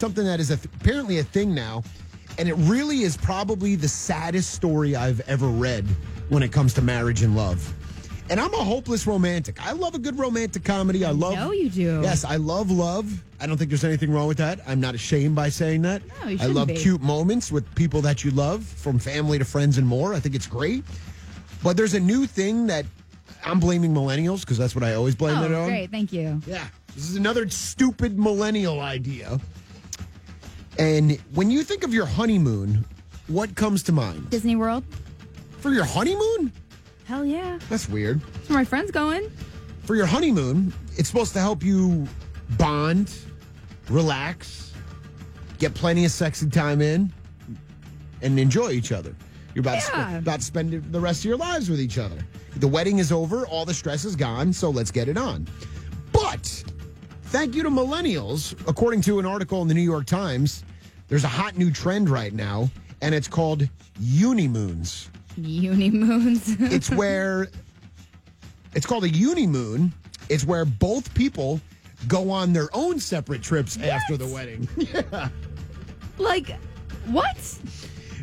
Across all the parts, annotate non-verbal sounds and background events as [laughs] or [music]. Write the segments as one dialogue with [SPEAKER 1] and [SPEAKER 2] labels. [SPEAKER 1] something that is a th- apparently a thing now, and it really is probably the saddest story I've ever read when it comes to marriage and love. And I'm a hopeless romantic. I love a good romantic comedy. I love.
[SPEAKER 2] know you do.
[SPEAKER 1] Yes, I love love. I don't think there's anything wrong with that. I'm not ashamed by saying that.
[SPEAKER 2] No, you
[SPEAKER 1] I
[SPEAKER 2] shouldn't
[SPEAKER 1] love
[SPEAKER 2] be.
[SPEAKER 1] cute moments with people that you love, from family to friends and more. I think it's great. But there's a new thing that I'm blaming millennials because that's what I always blame it
[SPEAKER 2] Oh,
[SPEAKER 1] on.
[SPEAKER 2] great. Thank you.
[SPEAKER 1] Yeah. This is another stupid millennial idea. And when you think of your honeymoon, what comes to mind?
[SPEAKER 2] Disney World?
[SPEAKER 1] For your honeymoon?
[SPEAKER 2] Hell yeah.
[SPEAKER 1] That's weird.
[SPEAKER 2] That's where my
[SPEAKER 1] [laughs]
[SPEAKER 2] friend's going.
[SPEAKER 1] For your honeymoon, it's supposed to help you bond, relax, get plenty of sexy time in, and enjoy each other. You're about, to
[SPEAKER 2] Yeah.
[SPEAKER 1] sp- about to spend the rest of your lives with each other. The wedding is over, all the stress is gone, so let's get it on. But thank you to millennials. According to an article in the New York Times, there's a hot new trend right now, and it's called unimoons.
[SPEAKER 2] Uni moons.
[SPEAKER 1] It's where it's called a unimoon. It's where both people go on their own separate trips after the wedding.
[SPEAKER 2] [laughs] like, what?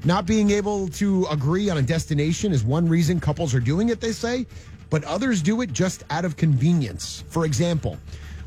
[SPEAKER 1] Not being able to agree on a destination is one reason couples are doing it, they say, but others do it just out of convenience. For example,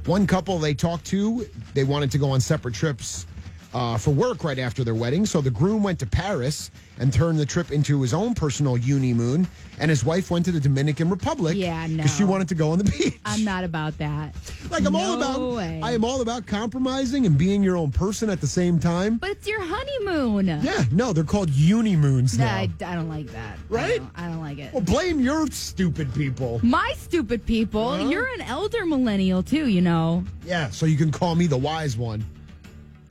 [SPEAKER 1] one couple they talked to, they wanted to go on separate trips uh, for work right after their wedding. So the groom went to Paris and turned the trip into his own personal uni moon, and his wife went to the Dominican Republic.
[SPEAKER 2] Yeah, no.
[SPEAKER 1] Because she wanted to go on the [laughs] beach.
[SPEAKER 2] I'm not about that.
[SPEAKER 1] like I'm all
[SPEAKER 2] No
[SPEAKER 1] about
[SPEAKER 2] way.
[SPEAKER 1] I am all about compromising and being your own person at the same time.
[SPEAKER 2] But it's your honeymoon.
[SPEAKER 1] yeah, no, they're called uni moons
[SPEAKER 2] That-
[SPEAKER 1] now.
[SPEAKER 2] I, I don't like that. I
[SPEAKER 1] Right?
[SPEAKER 2] don't, I don't like it.
[SPEAKER 1] Well, blame your stupid people.
[SPEAKER 2] My stupid people. You're an elder millennial too, you know.
[SPEAKER 1] Yeah, so you can call me the wise one.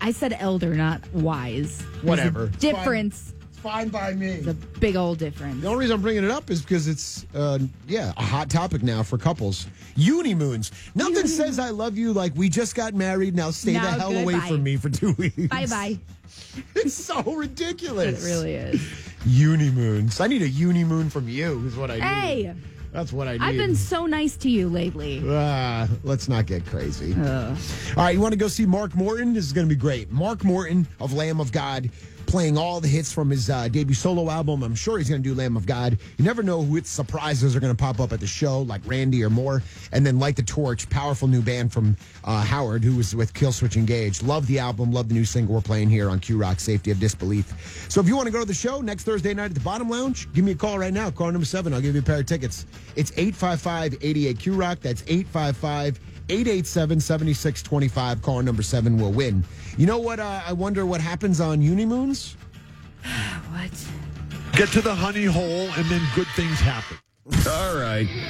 [SPEAKER 2] I said elder, not wise.
[SPEAKER 1] Whatever. It's fine.
[SPEAKER 2] [laughs] Difference.
[SPEAKER 1] It's fine by me.
[SPEAKER 2] The big old difference.
[SPEAKER 1] The only reason I'm bringing it up is because it's, uh, yeah, a hot topic now for couples. Unimoons. Nothing says I love you like we just got married. Now stay the
[SPEAKER 2] Now
[SPEAKER 1] hell away
[SPEAKER 2] goodbye.
[SPEAKER 1] from me for two weeks.
[SPEAKER 2] Bye bye.
[SPEAKER 1] [laughs] It's so ridiculous.
[SPEAKER 2] It really is.
[SPEAKER 1] Unimoons. I need a unimoon from you. Is what I need.
[SPEAKER 2] Hey.
[SPEAKER 1] that's what I need.
[SPEAKER 2] I've been so nice to you lately.
[SPEAKER 1] Ah, let's not get crazy. All right, you want to go see Mark Morton? This is going to be great. Mark Morton of Lamb of God playing all the hits from his uh, debut solo album. I'm sure he's going to do Lamb of God. You never know which surprises are going to pop up at the show, like Randy or more. And then Light the Torch, powerful new band from uh, Howard, who was with Killswitch Engage. Love the album, love the new single we're playing here on Q Rock Safety of Disbelief. So if you want to go to the show next Thursday night at the Bottom Lounge, give me a call right now. Call number seven. I'll give you a pair of tickets. It's 855 88 Q Rock. That's 855- 887-7625 caller number 7 will win you know what uh, i wonder what happens on unimoons
[SPEAKER 2] What?
[SPEAKER 3] Get to the honey hole, and then good things happen.
[SPEAKER 4] All right.